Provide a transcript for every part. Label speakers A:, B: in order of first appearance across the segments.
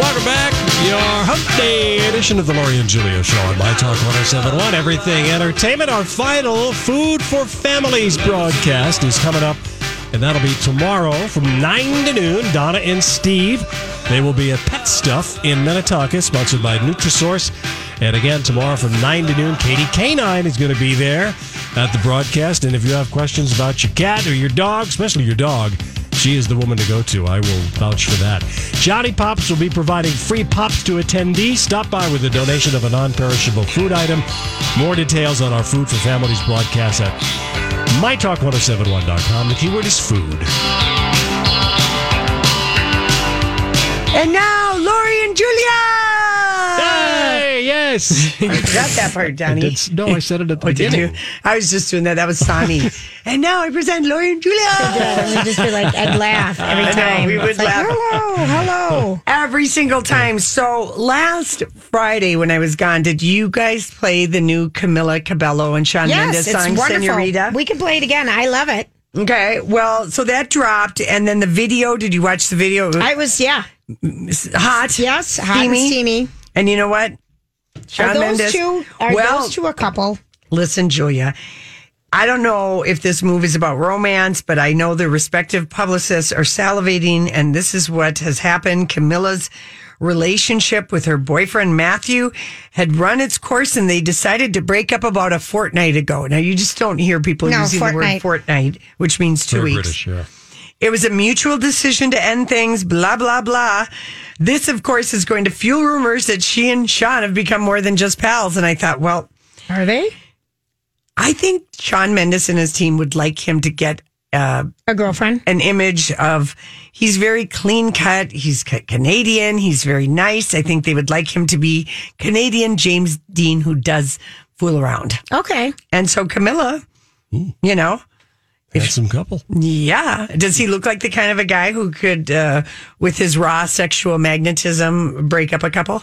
A: Welcome back. Your Hump Day edition of the Laurie and Julia Show on My Talk 1071. Everything Entertainment. Our final Food for Families broadcast is coming up, and that'll be tomorrow from 9 to noon. Donna and Steve. They will be at Pet Stuff in Minnetonka, sponsored by Nutrisource. And again, tomorrow from 9 to noon, Katie Canine is going to be there at the broadcast. And if you have questions about your cat or your dog, especially your dog, she is the woman to go to. I will vouch for that. Johnny Pops will be providing free pops to attendees. Stop by with a donation of a non perishable food item. More details on our Food for Families broadcast at mytalk1071.com. The keyword is food.
B: And now, Lori and Julia!
A: Hey, yes.
B: You got that part, Donnie.
A: It's, no, I said it at the beginning.
B: Oh, Did you? I was just doing that. That was Sonny. and now I present Lori and Julia.
C: good. We'd just be like, I'd laugh every
B: I know,
C: time.
B: we would
C: It's like,
B: laugh.
C: Hello, hello.
B: Every single time. So last Friday when I was gone, did you guys play the new Camila Cabello and Sean
C: yes,
B: Mendes
C: it's
B: song,
C: wonderful.
B: Senorita?
C: We can play it again. I love it.
B: okay. Well, so that dropped. And then the video, did you watch the video? It was
C: I was, yeah,
B: hot.
C: yes, hot
B: Steamy.
C: and steamy.
B: And you know what?
C: Are
B: Shawn
C: those
B: Mendes-
C: two? Are
B: well,
C: those two a couple?
B: Listen, Julia, I don't know if this move is about romance, but I know the respective publicists are salivating, and this is what has happened. Camilla's relationship with her boyfriend Matthew had run its course, and they decided to break up about a fortnight ago. Now, you just don't hear people
C: No,
B: using the word fortnight, which means 2
A: Very
B: weeks.
A: British, yeah.
B: It was a mutual decision to end things, blah, blah, blah. This, of course, is going to fuel rumors that she and Sean have become more than just pals. And I thought, well,
C: Are they
B: I think Sean Mendes and his team would like him to get uh,
C: a girlfriend?
B: an image of he's very clean cut, he's ca- Canadian, he's very nice. I think they would like him to be Canadian James Dean who does fool around.
C: Okay,
B: And so Camilla, you know,
A: Handsome couple.
B: yeah. Does he look like the kind of a guy who could, uh, with his raw sexual magnetism, break up a couple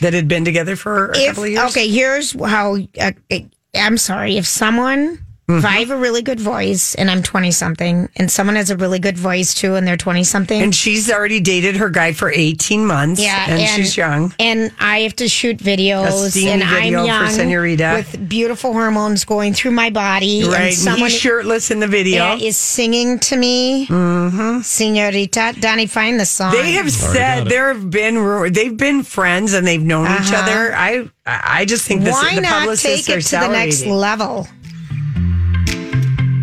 B: that had been together for a
C: if
B: couple of years?
C: okay, here's how. Uh, it- I'm sorry if someone.
B: Mm-hmm.
C: If I have a really good voice and I'm 20 something, and someone has a really good voice too and they're 20 something,
B: And she's already dated her guy for 18 months.
C: Yeah,
B: And, she's young.
C: And I have to shoot
B: A
C: videos,
B: steamy
C: and
B: video
C: I'm
B: for
C: young,
B: Senorita.
C: with beautiful hormones going through my body,
B: Right.
C: And
B: and
C: someone
B: he's shirtless in the video.
C: that is singing to me, Senorita. Donnie, find the song.
B: Mm-hmm. They have
A: got
B: said
A: it.
B: there have been ru- they've been friends and they've known each other. I I just think this,
C: Uh-huh. Why
B: the
C: not
B: publicists
C: take it
B: are
C: to the next
B: salivating.
C: level?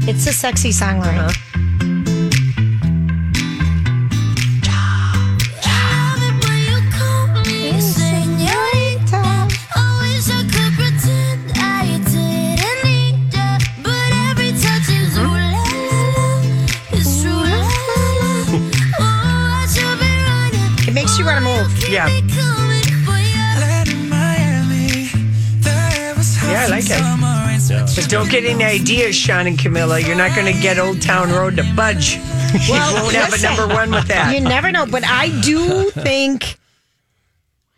C: It's a sexy song, Lori.
B: Uh-huh.
C: It makes you want to move.
B: Yeah. Yeah, I like it. But don't get any ideas, Sean and Camilla. You're not going to get Old Town Road to budge. Well, you won't have a
C: listen.
B: number one with that.
C: You never know, but I do think.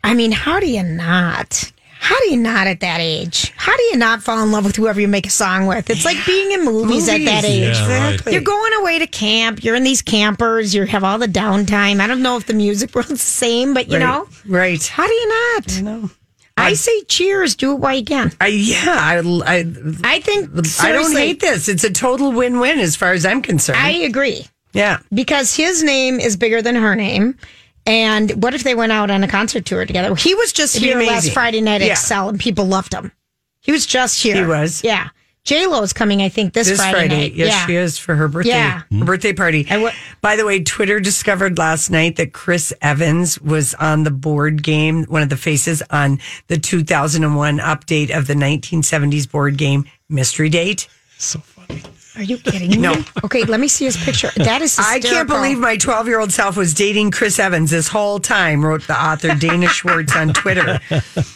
C: I mean, how do you not? How do you not at that age? How do you not fall in love with whoever you make a song with? It's like being in movies, at
B: Movies,
C: that age.
A: Yeah, right.
B: exactly.
C: You're going away to camp. You're in these campers. You have all the downtime. I don't know if the music world's the same, but you know,
B: right?
C: how do you not? I know. I say cheers. Do it while you can.
B: I, yeah, I I,
C: I think.
B: I don't
C: seriously,
B: hate this. It's a total win-win as far as I'm concerned.
C: I agree.
B: Yeah.
C: because his name is bigger than her name. And what if they went out on a concert tour together? He was just
B: be
C: here last
B: amazing.
C: Friday night at
B: Yeah.
C: Excel, and people loved him. He was just here.
B: He was.
C: Yeah. J Lo is coming, I think, this,
B: This Friday,
C: night.
B: yes,
C: yeah.
B: she is for her birthday.
C: Yeah.
B: her birthday party.
C: I wa-
B: By the way, Twitter discovered last night that Chris Evans was on the board game, one of the faces on the 2001 update of the 1970s board game Mystery Date.
A: So funny.
C: Are you kidding me?
B: No.
C: Okay, let me see his picture. That is
B: I
C: hysterical.
B: can't believe my 12 year old self was dating Chris Evans this whole time, wrote the author Dana Schwartz on Twitter.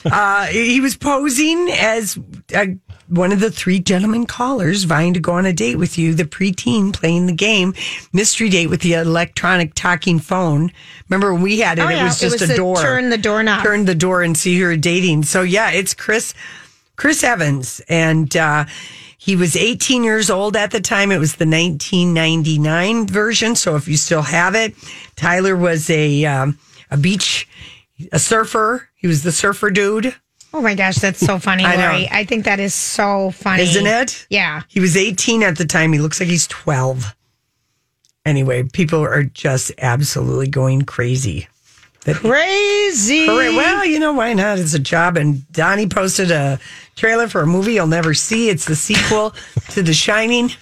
B: Uh, he was posing as uh one of the three gentlemen callers vying to go on a date with you, the preteen playing the game, mystery date with the electronic talking phone. Remember when we had it?
C: Oh,
B: It
C: yeah,
B: was
C: it
B: just
C: was
B: a
C: the
B: door.
C: turn the doorknob.
B: Turn the door and see who you're dating. So, yeah, it's Chris. Chris Evans, and uh, he was 18 years old at the time. It was the 1999 version. So if you still have it, Tyler was a um, a beach, a surfer. He was the surfer dude,
C: Oh my gosh, that's so funny,
B: I know.
C: Lori. I think that is so funny.
B: isn't it?
C: Yeah.
B: He was 18 at the time. He looks like he's 12. Anyway, people are just absolutely going crazy.
C: Crazy.
B: All right, well, you know why not? It's a job. And Donnie posted a trailer for a movie you'll never see. It's the sequel to The Shining,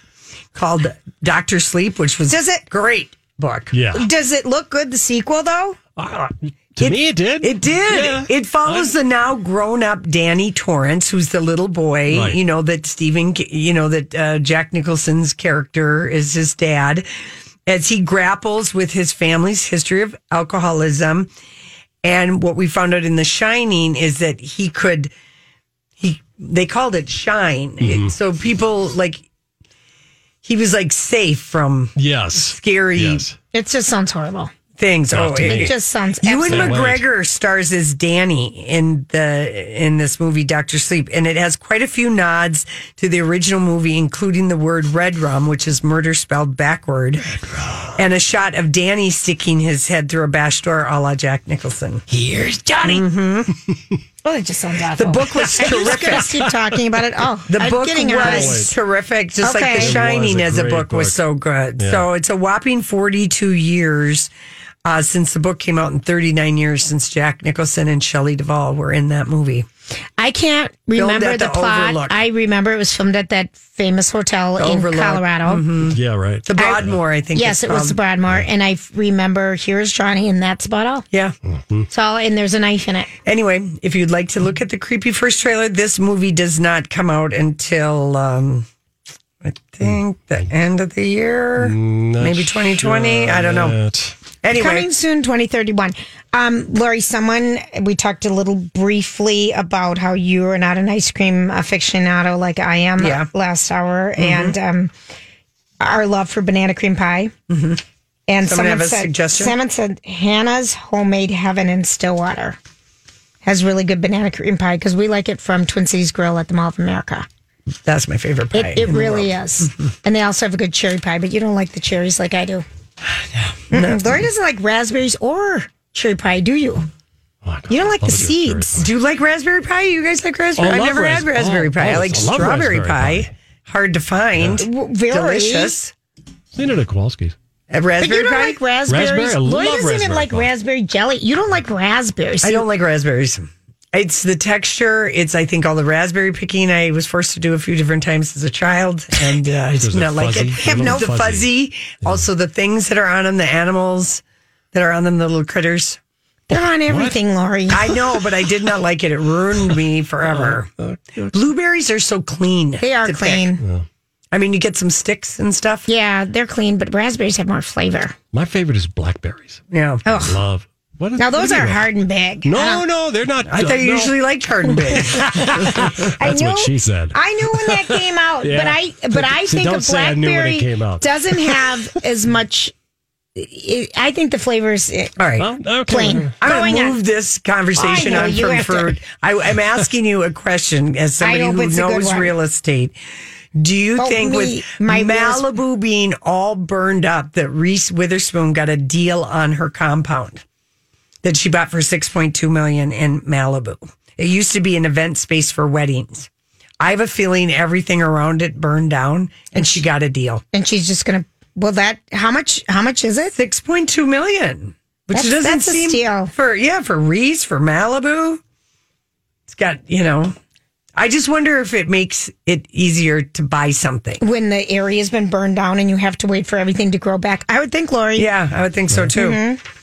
B: called Doctor Sleep, which was
C: Does it-
B: great book.
A: Yeah.
C: Does it look good, the sequel, though?
A: Ah, to me, it did.
B: It did.
A: Yeah.
B: It follows the now grown-up Danny Torrance, who's the little boy,
A: Right.
B: you know that Stephen, you know that uh, Jack Nicholson's character is his dad, as he grapples with his family's history of alcoholism, and what we found out in The Shining is that he could, he they called it shine,
A: Mm-hmm.
B: so people like he was like safe from
A: Yes.
B: scary
A: Yes.
C: It just sounds horrible.
B: things. Oh,
A: Not to me.
C: It just sounds.
B: Ewan
C: absolutely-
A: Sam Wade.
B: McGregor stars as Danny in the in this movie Doctor Sleep, and it has quite a few nods to the original movie, including the word "red rum," which is murder spelled backward, and a shot of Danny sticking his head through a bash door, a la Jack Nicholson.
A: Here's Johnny.
C: Well, it just sounds awful.
B: The book was
C: We're just
B: terrific.
C: gonna keep talking about it. Oh,
B: The
C: I'm
B: book
C: getting
B: was terrific, just
C: Okay.
B: like
C: It
B: The
C: was
B: Shining
A: a
B: as a
A: great
B: book,
A: book.
B: was so good.
A: Yeah.
B: So it's a whopping 42 years uh, since the book came out, and 39 years since Jack Nicholson and Shelley Duvall were in that movie.
C: I can't
B: Filmed
C: remember
B: at
C: the,
B: the
C: plot.
B: Overlook.
C: I remember it was filmed at that famous hotel in
B: Overlook.
C: Colorado.
A: Yeah, right.
B: The Broadmoor, I, think.
C: Yes,
B: it's
C: it was the
B: called.
C: Broadmoor, and I f- remember here's Johnny, and that's about all.
B: Yeah.
C: It's all, and there's a knife in it.
B: Anyway, if you'd like to look at the creepy first trailer, this movie does not come out until um, I think the end of the year, maybe 2020. I don't know.
A: That-
B: Anyway,
C: Coming soon, 2031. Um, Lori, someone, we talked a little briefly about how you are not an ice cream aficionado like I am
B: Yeah. Mm-hmm.
C: last hour and um, our love for banana cream pie. Mm-hmm.
B: Someone
C: And someone,
B: have a
C: said,
B: suggestion?
C: Someone said Hannah's Homemade Heaven in Stillwater has really good banana cream pie because we like it from Twin Cities Grill at the Mall of America.
B: that's my favorite pie.
C: It, it really is. and they also have a good cherry pie, but you don't like the cherries like I do. No. Lori doesn't like raspberries or cherry pie, do you?
A: Oh, my God,
C: You don't like
A: I
C: the
A: love a good cherry pie.
C: seeds.
B: Do you like raspberry pie? You guys like raspberry?
A: Oh, I
B: I've
A: love
B: never had
A: ras-
B: raspberry
A: oh,
B: pie. I
A: oh,
B: like
A: I love raspberry
B: strawberry pie.
A: pie.
B: Hard to find.
C: W- very.
B: Delicious.
A: Seen it at Kowalski's.
B: A
C: But you
B: raspberry
C: don't
B: pie?
C: like raspberries.
A: Raspberry, I
C: Lori
A: love
C: doesn't even
A: raspberry
C: like
A: pie.
C: raspberry jelly. You don't like raspberries.
B: I don't like raspberries. It's the texture. It's I think all the raspberry picking I was forced to do a few different times as a child, and uh, I did
A: a
B: not like
A: fuzzy,
B: it. Have
A: little
B: no the fuzzy.
A: fuzzy.
B: Also the things that are on them, the animals that are on them, the little critters.
C: They're on everything, Lori.
B: I know, but I did not like it. It ruined me forever. Blueberries are so clean.
C: they are
B: to pick.
C: clean.
B: I mean, you get some sticks and stuff.
C: Yeah, they're clean, but raspberries have more flavor.
A: My favorite is blackberries.
B: Yeah.
C: Oh,
A: Love. What is,
C: now those
A: what
C: are
A: they?
C: hard and big. I
A: No,
C: don't-
A: no, they're not.
B: I thought you
A: no.
B: usually liked garden beds.
A: That's
C: I knew,
A: what she said.
C: I knew when that came out,
A: Yeah.
C: but I but I
A: See,
C: think a
A: don't say I knew when it
C: blackberry
A: came out.
C: doesn't have as much. I I think the flavors.
B: All right.
A: Oh, okay.
C: Plain.
B: I'm
C: Going
B: going to
C: on.
B: move this conversation
C: I know,
B: on
C: you
B: from
C: have to-
B: fruit. I, I'm asking you a question as somebody
C: hope
B: who
C: it's a good
B: knows
C: one.
B: real estate. Do you
C: Oh,
B: think
C: me,
B: with
C: my real-
B: Malibu being all burned up that Reese Witherspoon got a deal on her compound that she bought for 6.2 million in Malibu? It used to be an event space for weddings. I have a feeling everything around it burned down and she got a deal.
C: and she's just gonna Well, that how much? How much is it?
B: Six point two million, which
C: That's-
B: doesn't
C: that's a
B: seem
C: steal.
B: for yeah for Reese for Malibu. It's got you know. I just wonder if it makes it easier to buy something.
C: When the area has been burned down and you have to wait for everything to grow back, I would think, Lori.
B: Yeah, I would think so too.
C: Mm-hmm.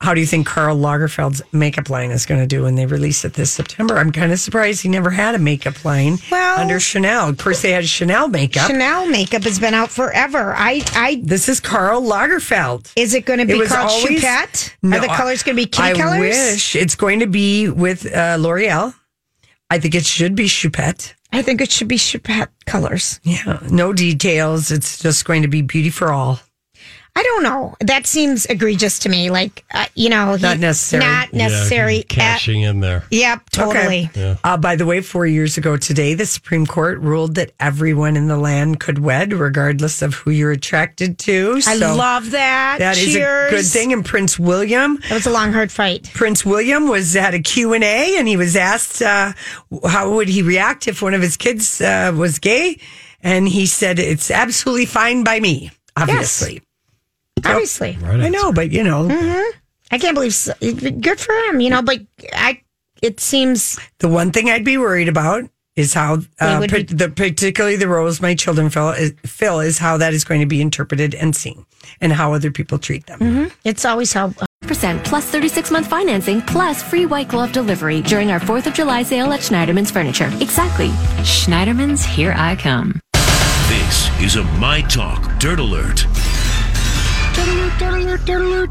B: How do you think Karl Lagerfeld's makeup line is going to do when they release it this September? I'm kind of surprised he never had a makeup line
C: Well-
B: under Chanel. Of course, they had Chanel makeup.
C: Chanel makeup has been out forever. I, I
B: this is Karl Lagerfeld.
C: is it going to
B: It
C: be
B: was
C: called
B: always-
C: Chouquette?
B: No,
C: Are the
B: I-
C: colors going to be kitty
B: I
C: colors?
B: wish it's going to be with uh, L'Oreal. I think it should be Choupette.
C: I think it should be Chouquette colors.
B: Yeah, no details. It's just going to be beauty for all.
C: I don't know. That seems egregious to me. Like, uh, you know, he-
B: Not necessary.
C: Not
A: Yeah,
C: necessary. at-
A: cashing in there.
C: yep, totally.
B: Uh, by the way, four years ago today, the Supreme Court ruled that everyone in the land could wed, regardless of who you're attracted to.
C: I
B: So
C: love that.
B: that is
C: Cheers.
B: a good thing. And Prince William,
C: That was a long, hard fight.
B: Prince William was at a Q and A, and he was asked uh, how would he react if one of his kids uh, was gay, and he said, "It's absolutely fine by me." Obviously,
C: Obviously,
A: Right
B: I know, but you know,
C: I can't believe. s- Good for him, you know. But I, it seems
B: the one thing I'd be worried about is how, uh,
C: would
B: par-
C: be-
B: the, particularly the roles my children fill is, fill is how that is going to be interpreted and seen, and how other people treat them.
C: it's always how.
D: percent plus 36 month financing plus free white glove delivery during our 4th of July sale at Schneiderman's Furniture. Exactly. Schneiderman's, here I come.
E: This is a My Talk Dirt Alert.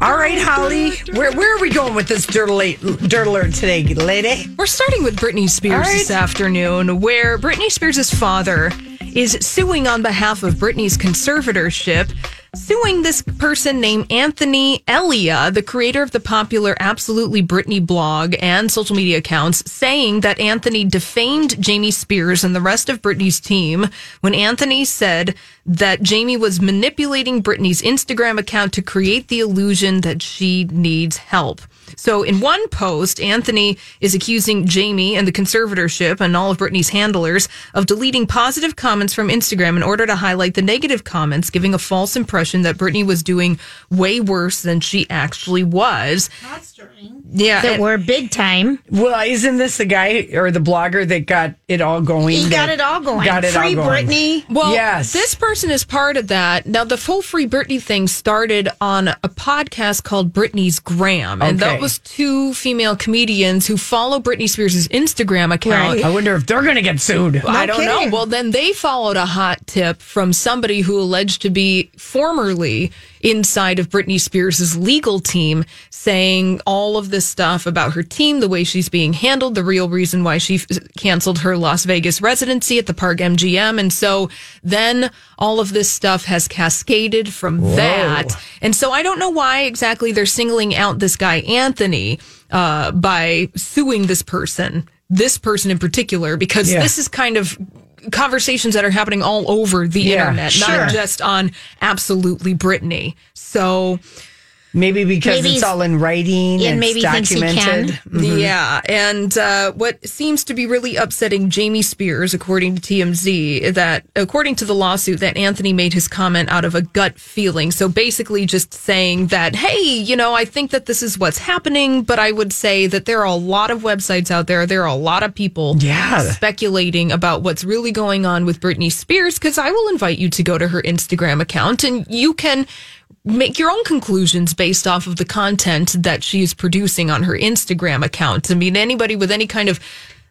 B: All right, Holly, where where are we going with this dirt alert, dirt alert today, lady?
F: We're starting with Britney Spears this afternoon, where Britney Spears' father is suing on behalf of Britney's conservatorship, suing this person named Anthony Elia, the creator of the popular Absolutely Britney blog and social media accounts, saying that Anthony defamed Jamie Spears and the rest of Britney's team when Anthony said that Jamie was manipulating Britney's Instagram account to create the illusion that she needs help. So in one post, Anthony is accusing Jamie and the conservatorship and all of Britney's handlers of deleting positive comments from Instagram in order to highlight the negative comments, giving a false impression that Britney was doing way worse than she actually was. Yeah.
C: That
F: and-
C: we're big time.
B: Well, isn't this the guy or the blogger that got it all going?
C: He got
B: that-
C: it all going.
B: Got it
C: Free
B: all going.
C: Britney.
F: Well,
B: Yes.
F: this person is part of that. Now, the full Free Britney thing started on a podcast called Britney's Gram, and
B: Okay.
F: that was two female comedians who follow Britney Spears' Instagram account.
C: Right.
B: I wonder if they're going to get sued.
F: I don't
C: kidding.
F: know. Well, then they followed a hot tip from somebody who alleged to be formerly inside of Britney Spears' legal team, saying all of this stuff about her team, the way she's being handled, the real reason why she f- canceled her Las Vegas residency at the Park MGM. And so then all of this stuff has cascaded from that. And so I don't know why exactly they're singling out this guy, Anthony, uh, by suing this person. This person in particular, because
B: Yeah.
F: this is kind of conversations that are happening all over the
B: Yeah,
F: internet,
B: sure.
F: not just on absolutely Britney. So
B: Maybe because
C: Maybe
B: it's
C: he's-
B: all in writing
C: and
B: and
C: maybe
B: maybe
C: he thinks he can.
B: documented.
F: yeah, and uh, what seems to be really upsetting Jamie Spears, according to TMZ, that according to the lawsuit, that Anthony made his comment out of a gut feeling. So basically, just saying that, hey, you know, I think that this is what's happening, but I would say that there are a lot of websites out there, there are a lot of people,
B: Yeah.
F: speculating about what's really going on with Britney Spears because I will invite you to go to her Instagram account and you can make your own conclusions based off of the content that she is producing on her Instagram account. I mean, anybody with any kind of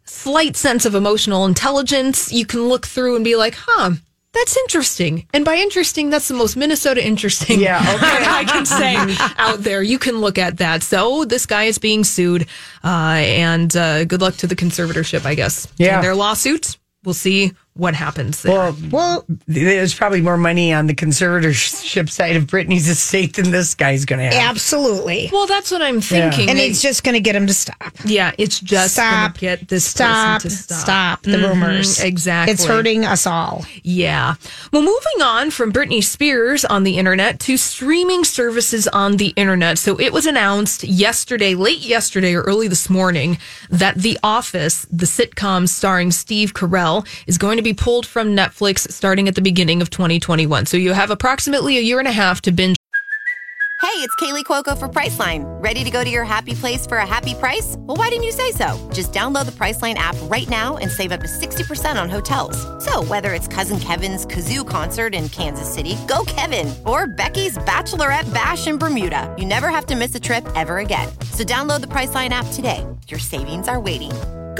F: slight sense of emotional intelligence, you can look through and be like, huh. That's interesting. And by interesting, that's the most Minnesota interesting
B: Yeah, okay.
F: I can say out there. You can look at that. So this guy is being sued, uh, and uh, good luck to the conservatorship, I guess.
B: Yeah.
F: In their lawsuit. We'll see what happens. There.
B: Well, well, there's probably more money on the conservatorship side of Britney's estate than this guy's going to have.
C: Absolutely.
F: Well, that's what I'm thinking.
C: And
F: They-
C: it's just going to get him to stop.
F: yeah, it's just gonna
C: Stop.
F: get this
C: stop.
F: person to stop.
C: Stop the
F: Mhm,
C: rumors.
F: exactly.
C: It's hurting us all.
F: Yeah. Well, moving on from Britney Spears on the internet to streaming services on the internet. So it was announced yesterday, late yesterday or early this morning, that The Office, the sitcom starring Steve Carell, is going to be be pulled from Netflix starting at the beginning of 2021. So you have approximately a year and a half to binge
G: Hey, it's Kaylee Cuoco for Priceline. Ready to go to your happy place for a happy price? Well, why didn't you say so? Just download the Priceline app right now and save up to 60% on hotels. So, whether it's Cousin Kevin's Kazoo concert in Kansas City, go Kevin, or Becky's Bachelorette Bash in Bermuda, you never have to miss a trip ever again. So, download the Priceline app today. Your savings are waiting.
H: Go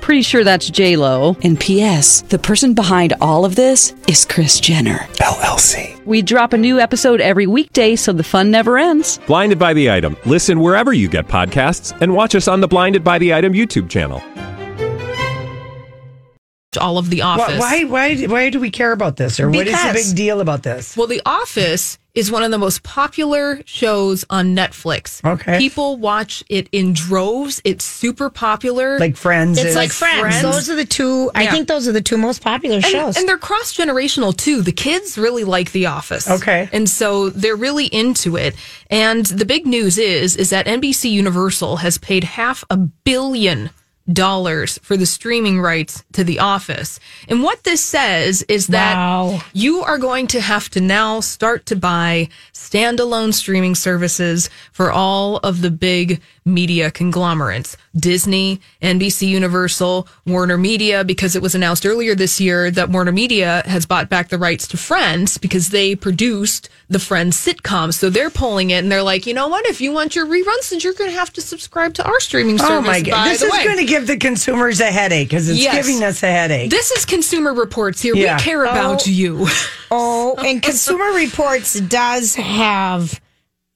I: Pretty sure that's J Lo.
J: And P.S. The person behind all of this is Chris Jenner
K: LLC.
I: We drop a new episode every weekday, so the fun never ends.
K: Blinded by the item. Listen wherever you get podcasts, and watch us on the Blinded by the Item YouTube channel.
F: all of The
B: Why,
F: Office.
B: why, why, why do we care about this? Or what is the
F: Because-
B: big deal about this?
F: Well, The Office is one of the most popular shows on Netflix.
B: Okay.
F: People watch it in droves. It's super popular.
B: Like friends.
C: It's
B: is-
C: like Friends. Those are the two. I
F: Yeah.
C: think those are the two most popular
F: and,
C: shows.
F: and they're cross generational too. The kids really like The Office.
B: Okay.
F: And so they're really into it. And the big news is is that NBC Universal has paid half a billion dollars for the streaming rights to The Office. And what this says is that
C: Wow.
F: you are going to have to now start to buy standalone streaming services for all of the big media conglomerates Disney, NBC Universal, Warner Media, because it was announced earlier this year that Warner Media has bought back the rights to Friends because they produced the Friends sitcom. So they're pulling it and they're like, you know what? If you want your reruns, then you're going to have to subscribe to our streaming service.
B: Oh my God.
F: by
B: This
F: the
B: is
F: way.
B: going to give the consumers a headache because it's
F: Yes.
B: giving us a headache.
F: This is Consumer Reports here.
B: Yeah.
F: We care about
C: Oh.
F: you.
C: oh, and Consumer Reports does have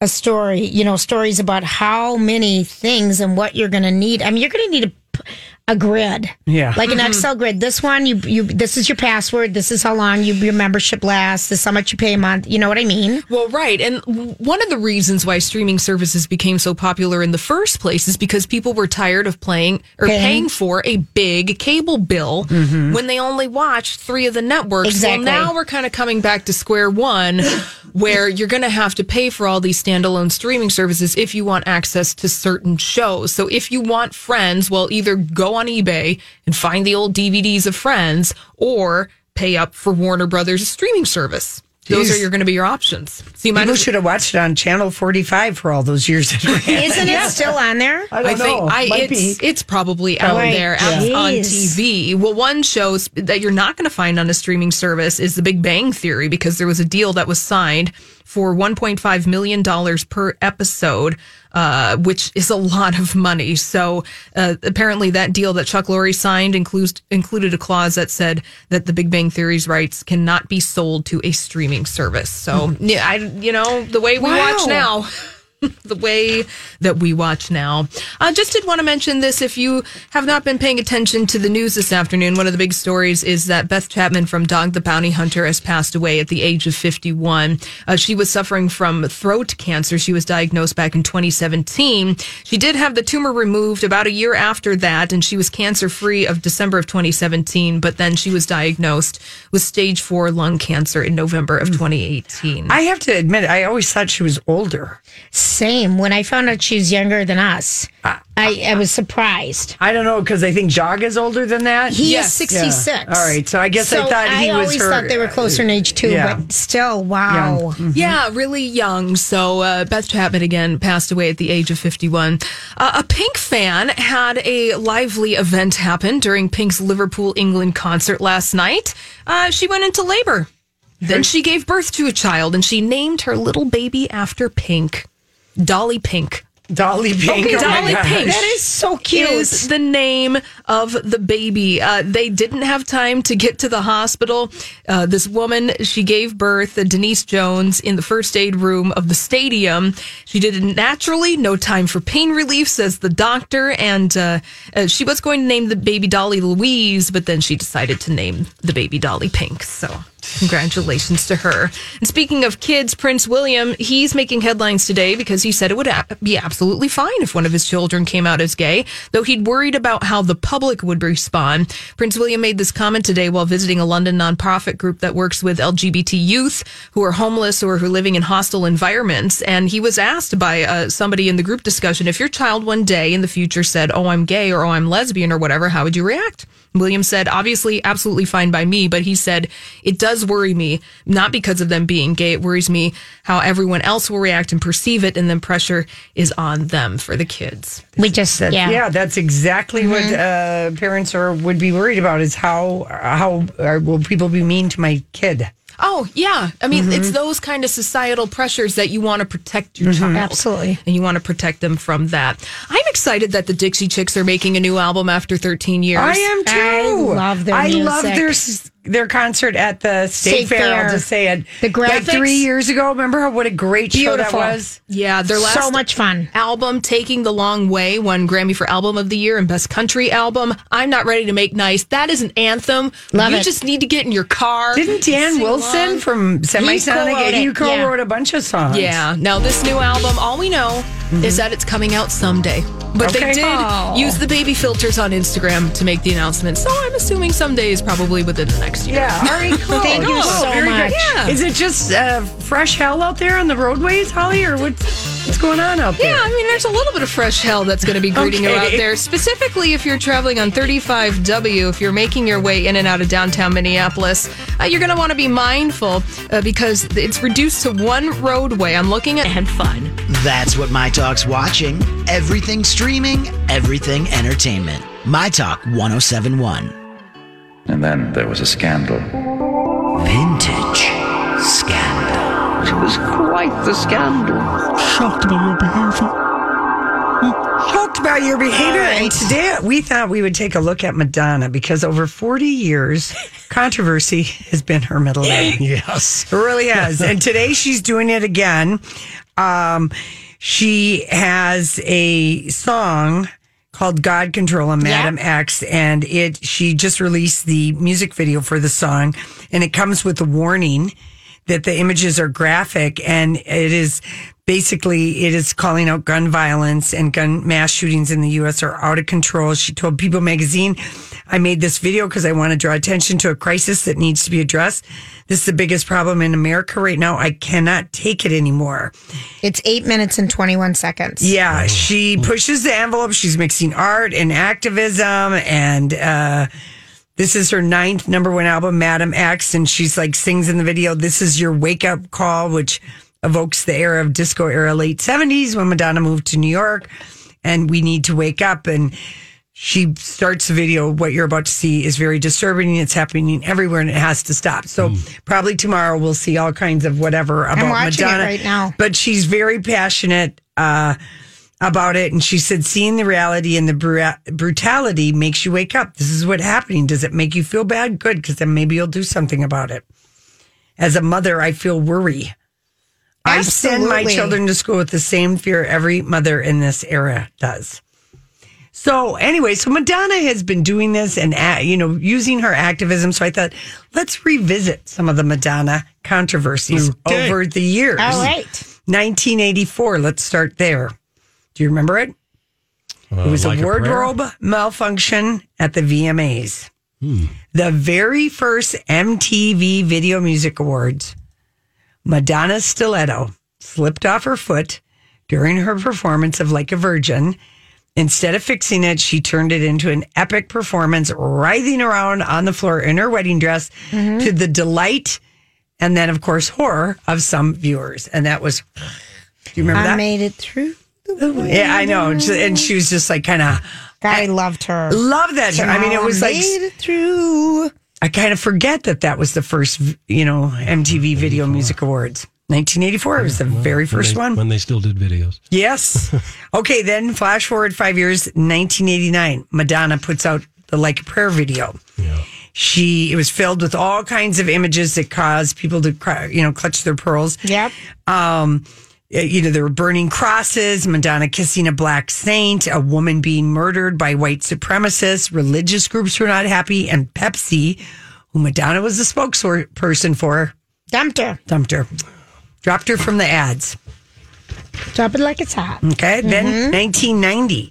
C: a story. You know, stories about how many things and what you're going to need. I mean, you're going to need a a grid.
B: Yeah.
C: Like an Excel grid. This one, you you. This is your password. This is how long you, your membership lasts. This is how much you pay a month. You know what I mean?
F: Well, right. And w- one of the reasons why streaming services became so popular in the first place is because people were tired of playing or
C: Paying. Mm-hmm.
F: paying for a big cable bill when they only watched three of the networks.
C: Exactly.
F: Well, now we're kind of coming back to square one where you're going to have to pay for all these standalone streaming services if you want access to certain shows. So if you want Friends, well, either go on eBay and find the old DVDs of Friends or pay up for Warner Brothers' streaming service. Those
B: Jeez.
F: are your going to be your options. So you might
B: People
F: as
B: should have watched it on Channel 45 for all those years. That it ran.
C: Isn't it still on there?
B: I don't
F: I
B: know.
F: think I,
B: Might
F: it's
B: be.
F: it's probably out
C: Right.
F: there as- on
C: Jeez.
F: TV. Well, one show sp- that you're not going to find on a streaming service is The Big Bang Theory because there was a deal that was signed for 1.5 million dollars per episode, uh, which is a lot of money. So uh, apparently, that deal that Chuck Lorre signed includes included a clause that said that The Big Bang Theory's rights cannot be sold to a streaming service. So
B: Mm-hmm.
F: yeah, I you know the way we watch now the way that we watch now. I just did want to mention this. If you have not been paying attention to the news this afternoon, one of the big stories is that Beth Chapman from Dog the Bounty Hunter has passed away at the age of 51. Uh, she was suffering from throat cancer. She was diagnosed back in 2017. She did have the tumor removed about a year after that, and she was cancer free of December of 2017, but then she was diagnosed with stage four lung cancer in November of 2018.
B: I have to admit, I always thought she was older.
C: Same. When I found out she's younger than us, I, I was surprised.
B: I don't know because I think Jog is older than that.
C: He
F: Yes.
C: is 66.
B: Yeah. All right, so I guess I
C: So
B: thought he
C: I
B: was
C: always
B: her- uh,
C: thought they were closer in age, too,
B: Yeah.
C: but still, wow.
F: Yeah, really young. So uh, Beth Chapman again passed away at the age of 51. Uh, a Pink fan had a lively event happen during Pink's Liverpool, England concert last night. Uh, she went into labor. Then she gave birth to a child and she named her little baby after Pink, Dolly Pink.
B: Dolly Pink.
F: Okay,
B: oh my
F: Dolly
B: God.
F: Pink.
C: That is so cute.
F: Is the name of the baby. Uh, they didn't have time to get to the hospital. Uh, this woman, she gave birth, uh, Denise Jones, in the first aid room of the stadium. She did it naturally, no time for pain relief, says the doctor. And uh, uh, she was going to name the baby Dolly Louise, but then she decided to name the baby Dolly Pink. So Congratulations to her. And speaking of kids, Prince William, he's making headlines today because he said it would a- be absolutely fine if one of his children came out as gay, though he'd worried about how the public would respond. Prince William made this comment today while visiting a London nonprofit group that works with LGBT youth who are homeless or who are living in hostile environments. And he was asked by uh, somebody in the group discussion if your child one day in the future said, Oh, I'm gay or Oh, I'm lesbian or whatever, how would you react? William said, obviously, absolutely fine by me, but he said, it does worry me, not because of them being gay. It worries me how everyone else will react and perceive it, and then pressure is on them for the kids.
C: We just
B: That- yeah. that's exactly what uh, parents are would be worried about is how how are, will people be mean to my kid?
F: Oh, yeah. I mean,
B: Mhm.
F: it's those kind of societal pressures that you want to protect your
B: Mhm.
F: child.
C: Absolutely.
F: And you want to protect them from that. I'm excited that the Dixie Chicks are making a new album after 13 years.
B: I am too. I love their s- their concert at the state,
F: State
B: fair.
F: Fair.
B: I'll just say it.
F: The
B: like
F: graphics-
B: three years ago. Remember how what a great show that was.
F: Yeah, their
B: So
F: last
C: much fun
F: album, Taking the Long Way, won Grammy for Album of the Year and Best Country Album. I'm not ready to make nice. That is an anthem.
B: Love
F: you
B: it.
F: just need to get in your car.
B: Didn't Dan
F: sing
B: Wilson
F: along.
B: from Semisonic?
F: co-wrote it,
B: you
F: yeah.
B: co-wrote a bunch of songs.
F: Yeah. Now this new album, all we know is that it's coming out someday. But
B: Mm-hmm. Okay.
F: they did
B: Oh.
F: use the baby filters on Instagram to make the announcement. So I'm assuming someday is probably within the next year. Oh,
B: Yeah. All right. Cool.
F: Thank you
B: Cool.
F: so
B: Very good.
F: much. Yeah.
B: Is it just uh, fresh hell out there on the roadways, Holly, or what's what's going on out there?
F: Yeah, I mean, there's a little bit of fresh hell that's going to be greeting you out
B: Okay.
F: there, specifically if you're traveling on 35W, if you're making your way in and out of downtown Minneapolis. uh, you're going to want to be mindful uh, because it's reduced to one roadway. I'm looking at. And fun.
L: That's what My Talk's watching. Everything streaming, everything entertainment. My Talk 1071.
M: And then there was a scandal. Vintage scandal. It was quite the scandal.
B: shocked by your behavior. Shocked by your behavior. And today we thought we would take a look at Madonna because over 40 years, controversy has been her middle name.
A: Yes.
B: It really has. and today she's doing it again. Um, she has a song called God Control on Madam X and it she just released the music video for the song and it comes with a warning that the images are graphic and it is basically it is calling out gun violence and gun mass shootings in the US are out of control. She told People magazine, I made this video because I want to draw attention to a crisis that needs to be addressed. This is the biggest problem in America right now. I cannot take it anymore.
C: It's eight minutes and 21 seconds.
B: Yeah, she pushes the envelope. She's mixing art and activism, and uh, this is her ninth number one album, Madam X, and she's like sings in the video. This is your wake up call, which evokes the era of disco era, late seventies when Madonna moved to New York, and we need to wake up and. She starts the video. What you're about to see is very disturbing. It's happening everywhere and it has to stop. So, probably tomorrow we'll see all kinds of whatever about
C: watching it
B: Madonna
C: right now.
B: but she's very passionate uh, about it. And she said, seeing the reality and the bru- brutality makes you wake up. This is what's happening. Does it make you feel bad? Good, because then maybe you'll do something about it. As a mother, I feel worry. I send my
C: Absolutely.
B: children to school with the same fear every mother in this era does. So anyway, so Madonna has been doing this and uh, you know using her activism. So I thought let's revisit some of the Madonna controversies
A: Okay.
B: over the years.
C: All right.
B: 1984. Let's start there. Do you remember it? it was
A: like a
B: a
A: prayer?
B: wardrobe malfunction at the VMAs.
A: Hmm.
B: The very first MTV Video Music Awards. Madonna's stiletto slipped off her foot during her performance of Like a Virgin. Instead of fixing it, she turned it into an epic performance, writhing around on the floor in her wedding dress to the delight and then, of course, horror of some viewers. And that was, do you remember
C: I
B: that?
C: made it through.
B: yeah, I know. And she was just like kind of,
C: I loved her.
B: Love that. I mean, it was like-
C: Made it through.
B: I kind of forget that that was the first, you know, MTV Video Music Awards. 1984 was the very first
A: When they-
B: one.
A: When they still did videos.
B: Yes. okay, then flash forward five years, 1989. Madonna puts out the Like a Prayer video. She it was filled with all kinds of images that caused people to cry, you know clutch their pearls. Yep. Um, eh, you know there were burning crosses, Madonna kissing a black saint, a woman being murdered by white supremacists, religious groups were not happy, and Pepsi who Madonna was the spokesperson for.
C: Dumped her.
B: Dumped her. Dropped her from the ads.
C: Drop it like it's hot.
B: Okay. Then 1990,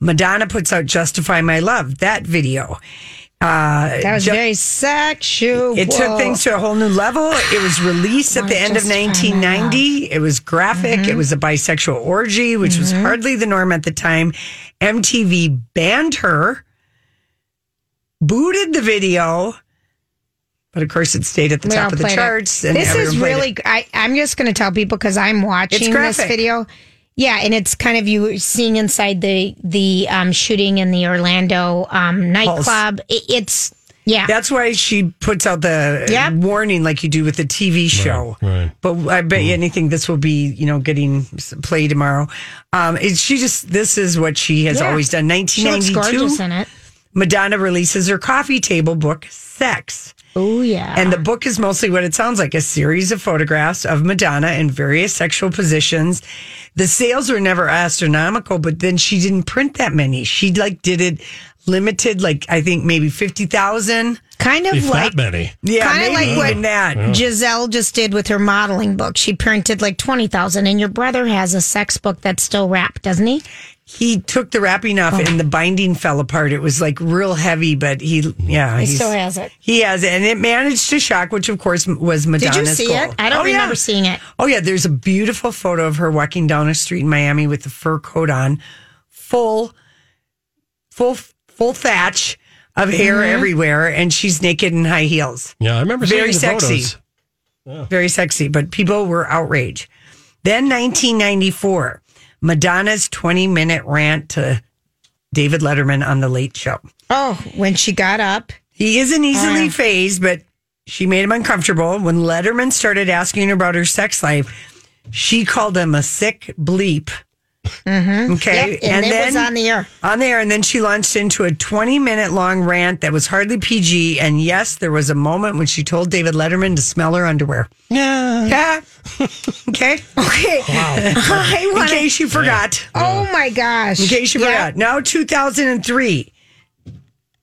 B: Madonna puts out Justify My Love, that video. Uh,
C: That was very sexual.
B: It took things to a whole new level. It was released at the end of 1990. It was graphic.
C: Mm-hmm.
B: It was a bisexual orgy, which was hardly the norm at the time. MTV banned her, booted the video, but of course it stayed at the
C: We all
B: top of the
C: played it.
B: charts.
C: This is
B: everyone played
C: really.
B: it.
C: I, I'm just going to tell people because I'm watching this
B: graphic.
C: video. Yeah, and it's kind of you seeing inside the the um, shooting in the Orlando um, nightclub. It, it's yeah.
B: That's why she puts out the uh,
C: Yep.
B: warning like you do with the TV show.
C: right. Hmm.
B: But I bet you anything this will be, you know, getting s- play tomorrow. Um, it's she just this is what she has
C: Yeah.
B: always done.
C: She looks gorgeous
B: 1992,
C: in it.
B: Madonna releases her coffee table book, Sex.
C: Oh yeah.
B: And the book is mostly what it sounds like a series of photographs of Madonna in various sexual positions. The sales were never astronomical, but then she didn't print that many. She like did it limited, like I think maybe 50,000.
C: Kind of
A: If
C: like
A: that many.
B: Yeah,
C: kind of
B: maybe
C: like what
B: even that. Yeah.
C: Giselle just did with her modeling book. She printed like twenty thousand, and your brother has a sex book that's still wrapped, doesn't he?
B: He took the wrapping off and the binding fell apart. It was like real heavy, but he, yeah.
C: He
B: he's-
C: still has it.
B: He has it. And it managed to shock, which of course was Madonna's
C: Did you see
B: goal.
C: it? I don't
B: Oh, yeah.
C: remember seeing it.
B: Oh yeah, there's a beautiful photo of her walking down a street in Miami with a fur coat on, full, full, full thatch of hair
C: Mm-hmm.
B: everywhere, and she's naked in high heels.
A: Yeah, I remember seeing
B: Very
A: the
B: sexy,
A: photos.
B: very sexy. But people were outraged. Then 1994, Madonna's 20 minute rant to David Letterman on the Late Show.
C: Oh, when she got up.
B: He isn't
C: Oh,
B: easily phased, but she made him uncomfortable. When Letterman started asking her about her sex life, she called him a sick bleep.
C: Mm-hmm.
B: Okay.
C: Yep, and, it was on the air.
B: On there. And then she launched into a 20 minute long rant that was hardly PG. And yes, there was a moment when she told David Letterman to smell her underwear. Yeah. okay.
C: Okay. I
B: In
C: want to.
B: case you forgot.
C: Oh my gosh.
B: In case you
C: Yeah.
B: forgot. Now, 2003.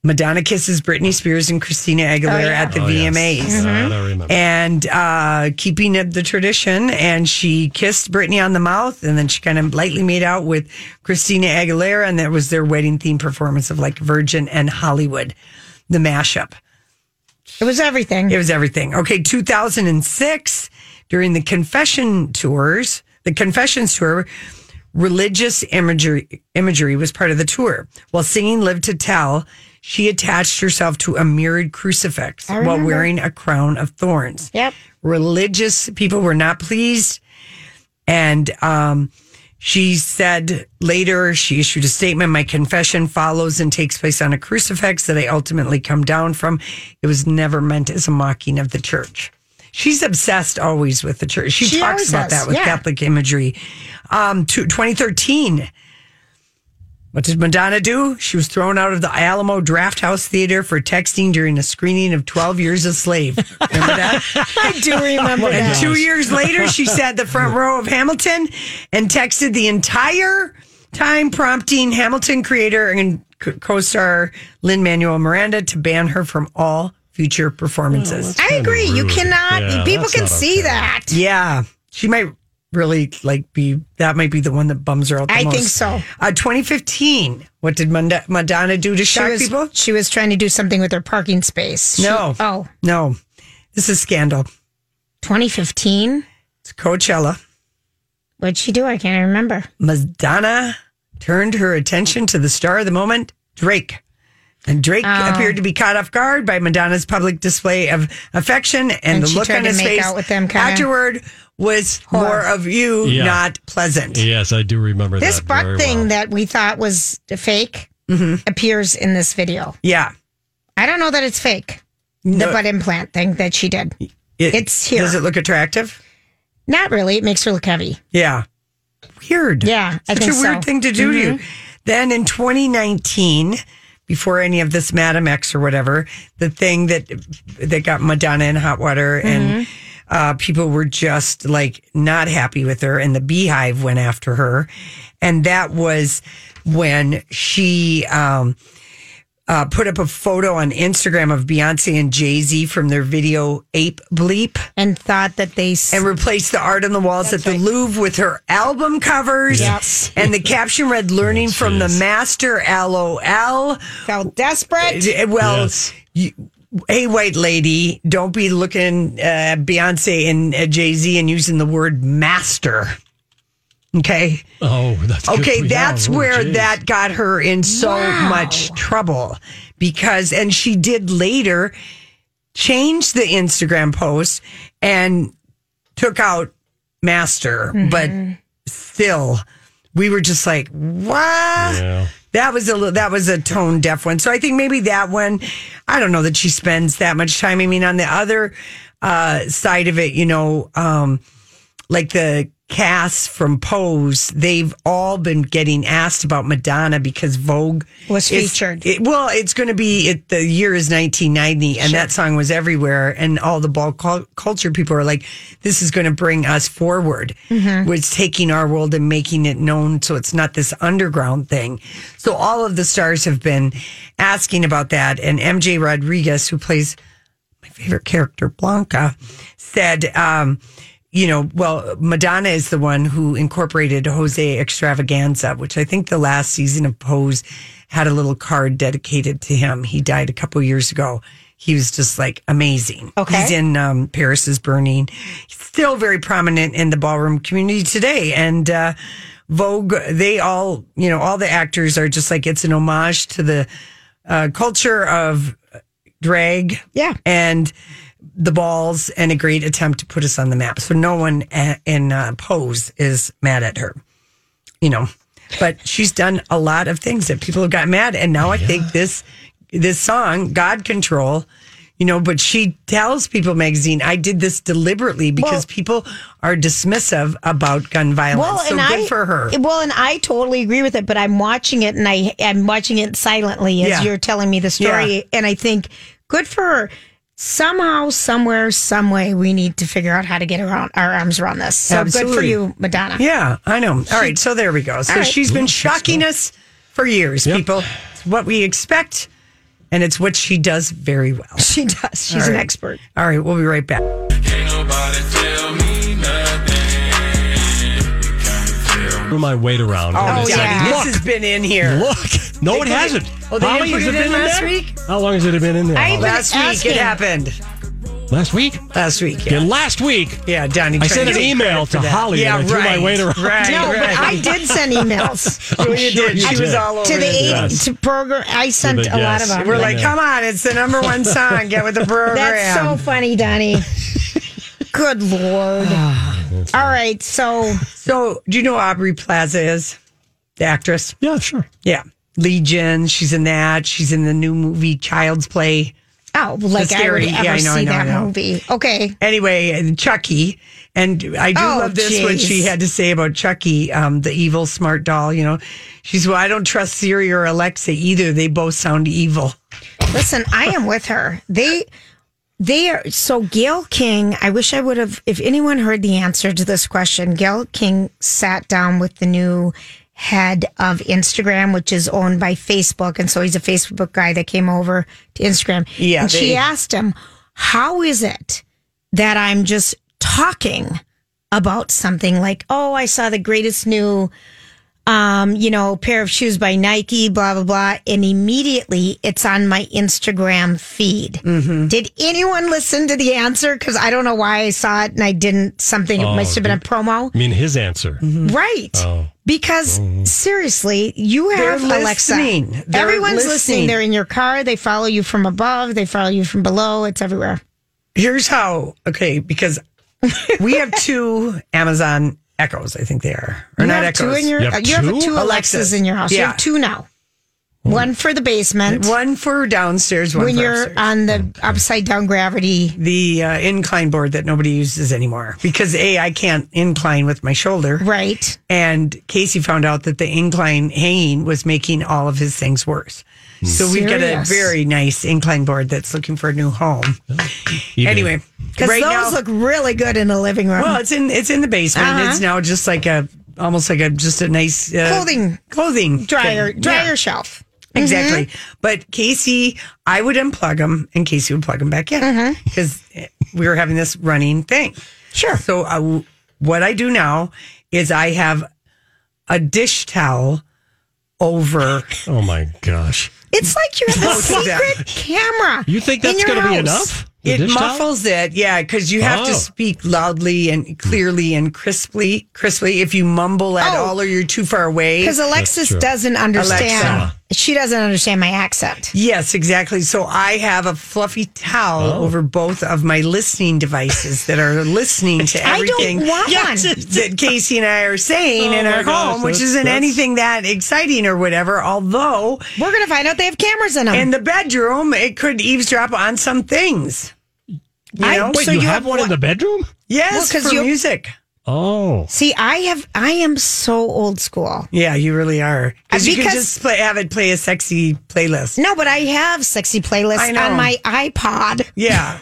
B: Madonna kisses Britney Spears and Christina Aguilera
C: yeah.
B: at the
A: Oh, yes.
B: VMAs.
A: That I remember.
B: And uh, keeping up the tradition, and she kissed Britney on the mouth, and then she kind of lightly made out with Christina Aguilera, and that was their wedding theme performance of like Virgin and Hollywood, the mashup.
C: It was everything.
B: It was everything. Okay, 2006, during the confession tours, the confessions tour, religious imagery, imagery was part of the tour. While singing Live to Tell, she attached herself to a mirrored crucifix
C: I
B: while
C: remember.
B: wearing a crown of thorns.
C: Yep.
B: Religious people were not pleased. And um, she said later, she issued a statement My confession follows and takes place on a crucifix that I ultimately come down from. It was never meant as a mocking of the church. She's obsessed always with the church. She,
C: She
B: talks
C: always
B: about
C: is,
B: that with
C: yeah.
B: Catholic imagery. Um, to 2013. What did Madonna do? She was thrown out of the Alamo Draft House Theater for texting during a screening of 12 Years a Slave. Remember that?
C: I do remember
B: And
C: that.
B: two years later, she sat the front row of Hamilton and texted the entire time, prompting Hamilton creator and co star Lynn Manuel Miranda to ban her from all future performances.
C: I agree. You
A: Rude.
C: cannot.
A: Yeah,
C: people
A: that's
C: can
A: not
C: see
A: okay.
C: that.
B: yeah, she might really like be that might be the one that bums her out the
C: I
B: most.
C: think so.
B: Uh, 2015. What did Manda- Madonna do to
C: She
B: shock
C: was,
B: people?
C: she was trying to do something with her parking space. She-
B: No.
C: oh,
B: No, this is scandal.
C: 2015.
B: It's Coachella.
C: What'd she do? I can't even remember.
B: Madonna turned her attention to the star of the moment, Drake. And Drake
C: Oh.
B: appeared to be caught off guard by Madonna's public display of affection, and,
C: And
B: the
C: she
B: look
C: tried
B: on
C: to
B: his
C: make
B: face
C: out with them kinda-
B: afterward was more of you,
A: Yeah.
B: not pleasant.
A: Yes, I do remember
C: This
A: that.
C: butt
A: very
C: thing
A: well.
C: that we thought was fake Mm-hmm. appears in this video.
B: Yeah.
C: I don't know that it's fake.
B: No,
C: The butt implant thing that she did.
B: it-
C: it's here.
B: Does it look attractive?
C: Not really. It makes her look heavy.
B: Yeah. Weird.
C: Yeah, I
B: Such
C: think
B: a weird
C: so. Mm-hmm.
B: thing to do to you. Then in 2019, before any of this Madam X or whatever, the thing that that got Madonna in hot water and
C: Mm-hmm.
B: uh, people were just like not happy with her, and the Beehive went after her, and that was when she um, uh, put up a photo on Instagram of Beyonce and Jay Z from their video Ape Bleep
C: and thought that they
B: and replaced the art on the walls at the Louvre with her album covers.
C: Yes.
B: and the caption read "Learning from the Master." LOL.
C: Felt desperate.
B: Well, you, hey, white lady, don't be looking uh, Beyonce and uh, Jay Z and using the word master. Okay.
A: Oh, that's good
B: Okay,
A: for you.
B: that's
A: Oh,
B: where
A: geez.
B: that got her in so much trouble because, and she did later change the Instagram post and took out Master, but still, we were just like, what? That was a li- that was a tone deaf one. So I think maybe that one. I don't know that she spends that much time. I mean, on the other uh, side of it, you know, um, like the cast from Pose, they've all been getting asked about Madonna because Vogue
C: Was
B: is-
C: featured.
B: it- well, it's going to be it, the year is 1990, and that song was everywhere, and all the ball cul- culture people are like, "This is going to bring us forward."
C: Mhm.
B: Was taking our world and making it known, so it's not this underground thing. So all of the stars have been asking about that, and MJ Rodriguez, who plays my favorite character, Blanca, said, um, you know, well, Madonna is the one who incorporated Jose Extravaganza, which I think the last season of Pose had a little card dedicated to him. He died a couple years ago. He was just like amazing.
C: Okay.
B: He's in um, Paris is Burning. He's still very prominent in the ballroom community today. And uh, Vogue, they all, you know, all the actors are just like, it's an homage to the uh, culture of drag.
C: Yeah.
B: And the balls and a great attempt to put us on the map. So no one a- in uh, Pose is mad at her, you know. But she's done a lot of things that people have got mad, and now I think this this song, God Control, you know. But she tells People Magazine, I did this deliberately because people are dismissive about gun violence. so good for her.
C: Well, and I totally agree with it, but I'm watching it and I I'm watching it silently as
B: Yeah.
C: you're telling me the story,
B: Yeah.
C: and I think good for her. Somehow, somewhere, some way, we need to figure out how to get around our arms around this. So good for
B: Absolutely.
C: you, Madonna.
B: Yeah, I know. All right, so there we go. So
C: All right.
B: she's been shocking us for years, people. It's what we expect, and it's what she does very well.
C: She does. She's
B: All
C: an
B: right.
C: expert.
B: All right, we'll be right back.
A: Oh, For my weight around.
B: Oh,
A: It's
B: yeah.
A: like,
B: This has been in here.
A: Look, no,
B: They
A: it
B: put it-
A: hasn't.
B: Oh, they
A: How long
B: didn't put
A: has
B: it in
A: been
B: last
A: there?
B: week?
A: How long has it been in there?
B: I
A: Holly?
B: last week it happened.
A: Last week?
B: Last week.
A: Yeah, last week.
B: Yeah, Donnie.
A: I
B: Trent,
A: sent an
B: you get
A: email
B: credit
A: to
B: for that.
A: Holly
B: Yeah,
A: and I threw
B: right,
A: my weight around.
B: Right,
C: No, but
B: right.
C: I did send emails.
A: I'm
B: Julia
A: sure
B: did.
A: you
B: She was all
C: to
B: over
C: the
B: it.
C: eight
A: Yes.
C: to program. I sent
A: the
C: a lot of
A: guest.
C: them.
B: We're
A: I
B: like,
A: know.
B: come on, it's the number one song. Get with the program.
C: That's so funny, Donnie. Good lord. All right, so
B: So, do you know who Aubrey Plaza is? The actress?
A: Yeah, sure.
B: Yeah. Legion, she's in that. She's in the new movie Child's Play.
C: oh, like I
B: scary.
C: already
B: Yeah,
C: ever
B: I know, I
C: see
B: know, I
C: that
B: know.
C: movie. Okay,
B: Anyway, and Chucky. And I do
C: Oh,
B: love this what she
C: geez.
B: had to say about Chucky, um, the evil smart doll. You know, she's well, I don't trust Siri or Alexa either. They both sound evil.
C: listen, I am with her. They, they are so Gail King. I wish I would have. If anyone heard the answer to this question, Gail King sat down with the new head of Instagram, which is owned by Facebook, and so he's a Facebook guy that came over to Instagram.
B: Yeah,
C: and she
B: they-
C: asked him, "How is it?" that I'm just talking about something like, oh, I saw the greatest new, um, you know, pair of shoes by Nike, blah, blah, blah. And immediately it's on my Instagram feed.
B: Mm-hmm.
C: Did anyone listen to the answer? Because I don't know why I saw it and I didn't something.
A: Oh,
C: it must have been a
A: you-
C: promo.
A: I mean, his answer.
B: Mm-hmm.
C: Right.
A: Oh.
C: Because seriously, you
B: They're
C: have Alexa.
B: listening. They're
C: Everyone's
B: listening.
C: listening. They're in your car. They follow you from above. They follow you from below. It's everywhere.
B: Here's how. Okay, because we have two Amazon Echoes. I think they are, or
C: you
B: not
C: have
B: Echoes.
C: two in your.
A: You
C: You
A: have
C: have, two?
A: two? Hmm.
C: Alexas in your house. You
B: Yeah.
C: have two now. One for the basement.
B: one for downstairs, one
C: when
B: for
C: you're
B: upstairs.
C: on the upside down gravity.
B: the uh, incline board that nobody uses anymore because a I can't incline with my shoulder.
C: Right.
B: And Casey found out that the incline hanging was making all of his things worse. So we've got a
C: Serious.
B: very nice incline board that's looking for a new home.
A: eBay.
B: Anyway,
C: Because
B: right
C: those
B: now,
C: look Uh-huh. really good in the living room.
B: well, it's in it's in the basement. It's now just like a almost like a just a nice uh,
C: Clothing.
B: clothing
C: dryer,
B: thing.
C: dryer mm-hmm.
B: Yeah.
C: shelf.
B: Exactly. But Casey, I would unplug them and Casey would plug them back in
C: Mm-hmm.
B: because we were having this running thing. Sure. So uh, what I do now is I have a dish towel over.
A: Oh my gosh.
C: It's like you're the
B: Don't do that.
C: secret camera.
A: You think
C: in
A: that's
C: your
A: gonna be
C: house.
A: enough? The
B: It
A: dish towel?
B: muffles it, yeah, because you have
A: Oh.
B: to speak loudly and clearly and crisply. Crisply, if you mumble at
C: Oh.
B: all or you're too far away,
C: Because Alexis doesn't understand. She doesn't understand my accent.
B: Yes, exactly. So I have a fluffy towel
C: Oh.
B: over both of my listening devices that are listening to
C: I don't
B: everything
C: want
B: Yes,
C: one.
B: that Casey and I are saying
C: Oh
B: in
C: my
B: our
C: gosh,
B: home, which
C: that's-
B: isn't
C: that's-
B: anything that exciting or whatever. Although
C: we're going to find out they have cameras in them.
B: In the bedroom, it could eavesdrop on some things. You
C: I-
B: know?
C: Wait, so you you have have one in one-
A: the bedroom?
B: Yes,
C: Well, 'cause
B: for
C: you-
B: music.
A: Oh.
C: See, I have. I am so old school.
B: Yeah, you really are. Because you can
C: Because-
B: just play, have it play a sexy playlist.
C: No, but I have sexy
B: I
C: playlists
B: know.
C: on my iPod.
B: Yeah.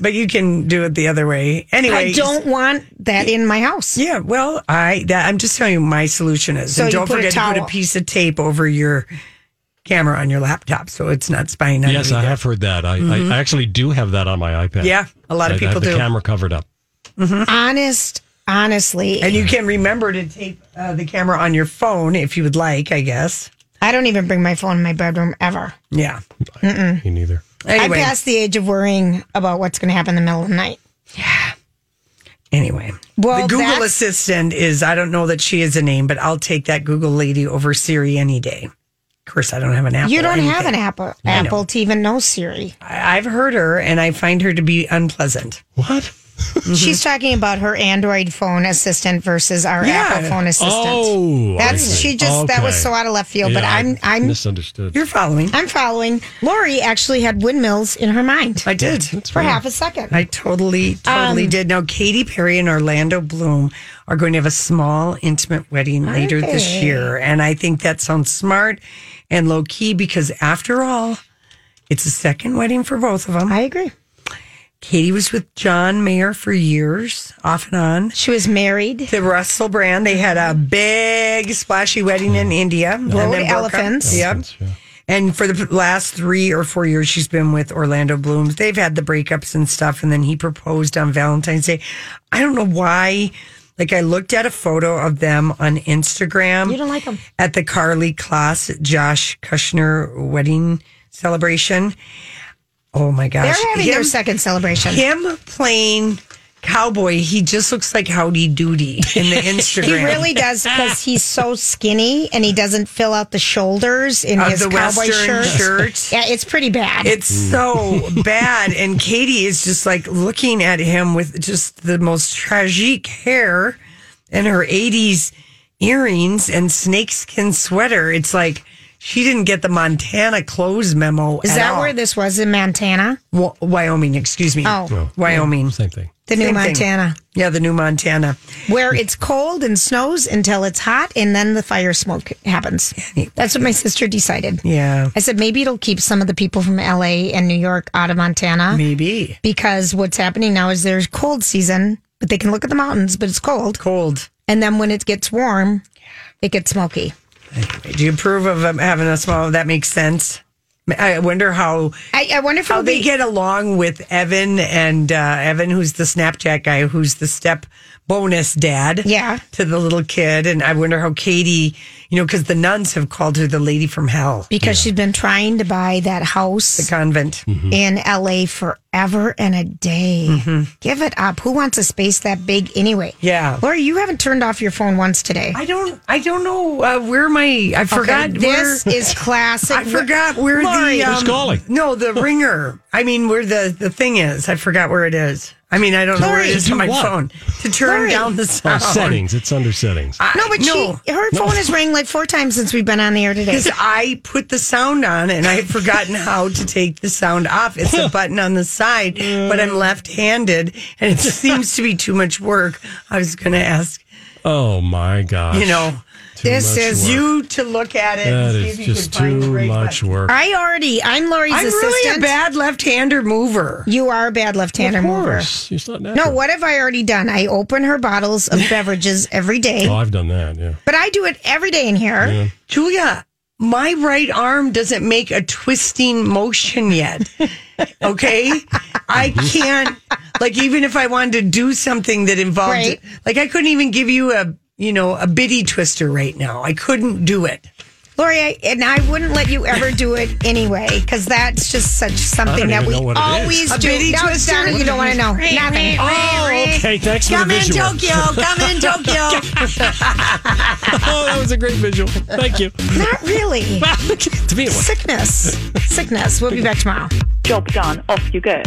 B: but you can do it the other way. Anyway.
C: I don't want that in my house.
B: Yeah, well, I that I'm just telling you my solution is.
C: So
B: and
C: you
B: don't
C: put a
B: forget to put a
C: towel.
B: piece of tape over your camera on your laptop so it's not spying on
A: Yes,
B: you.
A: I have heard that. I,
B: Mhm.
A: I actually do have that on my iPad.
B: Yeah, a lot of
A: I- I have
B: people do.
A: The camera covered up.
C: Honest, honestly,
B: And you can remember to tape uh, the camera on your phone if you would like, I guess.
C: I don't even bring my phone in my bedroom ever.
B: Yeah. Mm.
C: Mm-mm.
A: Me neither.
B: Anyway.
C: I passed the age of worrying about what's going to happen in the middle of the night.
B: Anyway.
C: Well,
B: the Google
C: that's-
B: Assistant is, I don't know that she is a name, but I'll take that Google lady over Siri any day. Of course, I don't have an Apple.
C: you
B: or
C: don't have
B: anything.
C: an Apple
B: I know. Mm-hmm.
C: Apple to even know Siri.
B: I- I've heard her and I find her to be unpleasant.
A: What?
C: She's talking about her Android phone assistant versus our
B: Yeah.
C: Apple phone assistant.
A: Oh, I
C: that's
A: see.
C: she just that was
A: Okay.
C: so out of left field. but
A: Yeah, I
C: I'm I'm
A: misunderstood.
B: following.
C: I'm following. Lori actually had windmills in her mind.
B: I did
C: for half a second.
B: I totally, totally
C: Um,
B: did. Now, Katy Perry and Orlando Bloom are going to have a small, intimate wedding
C: Are
B: later this
C: they?
B: year. And I think that sounds smart and low key because, after all, it's a second wedding for both of them.
C: I agree.
B: Katie was with John Mayer for years, off and on.
C: She was married
B: to Russell Brand. They had a big, splashy wedding in India.
C: Rode
B: and then broke up.
C: elephants.
B: Yep. And for the last three or four years, she's been with Orlando Bloom. They've had the breakups and stuff. And then he proposed on Valentine's Day. I don't know why. Like, I looked at a photo of them on Instagram.
C: You don't like 'em.
B: At the Carly Kloss Josh Kushner wedding celebration. Oh my gosh.
C: They're having their
B: Him-
C: second celebration.
B: him playing cowboy, he just looks like Howdy Doody in the Instagram.
C: He really does because he's so skinny and he doesn't fill out the shoulders in
B: Of
C: his
B: the
C: cowboy
B: Western
C: shirt.
B: shirt.
C: Yeah, it's pretty bad.
B: It's so bad. And Katie is just like looking at him with just the most tragic hair and her 80s earrings and snakeskin sweater. It's like she didn't get the Montana clothes memo.
C: Is
B: at
C: that
B: all.
C: where this was in Montana?
B: Wa- Wyoming, excuse me.
C: Oh. Oh.
B: Wyoming.
A: Same thing.
C: The new
B: Same thing.
C: Montana,
B: Yeah, the new Montana.
C: where it's cold and snows until it's hot, and then the fire smoke happens. That's what my sister decided.
B: Yeah.
C: I said maybe it'll keep some of the people from LA and New York out of Montana
B: Maybe.
C: because what's happening now is there's cold season, but they can look at the mountains, but it's cold.
B: Cold.
C: And then when it gets warm, it gets smoky.
B: Do you approve of um, having a small? That makes sense. I wonder how
C: I, I wonder if
B: how
C: it'll
B: they
C: be,
B: get along with Evan and uh, Evan, who's the Snapchat guy, who's the step bonus dad,
C: Yeah.
B: to the little kid. And I wonder how Katie, you know, because the nuns have called her the lady from hell,
C: because she's been trying to buy that house.
B: the convent.
C: in LA forever and a day. Give it up. Who wants a space that big anyway?
B: Mm-hmm. Yeah.
C: Lori, you haven't turned off your phone once today.
B: I don't, I don't know uh, where my I forgot
C: Okay,
B: where.
C: this is classic.
B: I forgot where
C: Lori,
B: the um,
A: Who's calling?
B: No, the ringer. I mean, where the the thing is. I forgot where it is. I mean, I don't know where it
C: Lori.
B: is on my
A: Do what?
B: phone to turn
C: Lori.
B: down the
A: Oh,
B: sound.
A: settings. It's under settings.
B: I-
C: no, but she her phone has rang like four times since we've been on the air today.
B: because I put the sound on and I had forgotten how to take the sound off. It's a button on the side, but I'm left handed and it seems to be too much work. I was going to ask,
A: Oh my gosh.
B: you know,
A: Too
C: this
A: much
C: is
A: work.
B: you to look at it.
A: That
B: and see
A: is
B: if you
A: just
B: can find the
A: too
B: right
A: much
B: button.
A: work.
C: I already I'm Lori's
B: I'm
C: assistant.
B: really a bad left hander mover.
C: you are a bad left-hander
A: Of
C: mover.
A: course. It's not natural.
C: No, what have I already done? I open her bottles of beverages every day.
A: Oh, I've done that. Yeah.
C: But I do it every day in here.
B: Julia, my right arm doesn't make a twisting motion yet. Okay. I can't, like, even if I wanted to do something that involved,
C: Right.
B: like, I couldn't even give you a, you know, a biddy twister right now. I couldn't do it.
C: Lori, I, and I wouldn't let you ever do it anyway because that's just such something that
A: even
C: we
A: know what it
C: always
A: is.
B: A
C: do.
B: bitty
C: No,
B: twister?
C: Donna, you don't want to know nothing.
A: Oh, okay. Thanks for
B: Come
A: the
B: in,
A: visual.
B: Tokyo. Come in, Tokyo.
A: oh, that was a great visual. Thank you.
C: Not really.
A: to me, it was.
C: Sickness. Sickness. We'll be back tomorrow.
N: Job done. Off you go.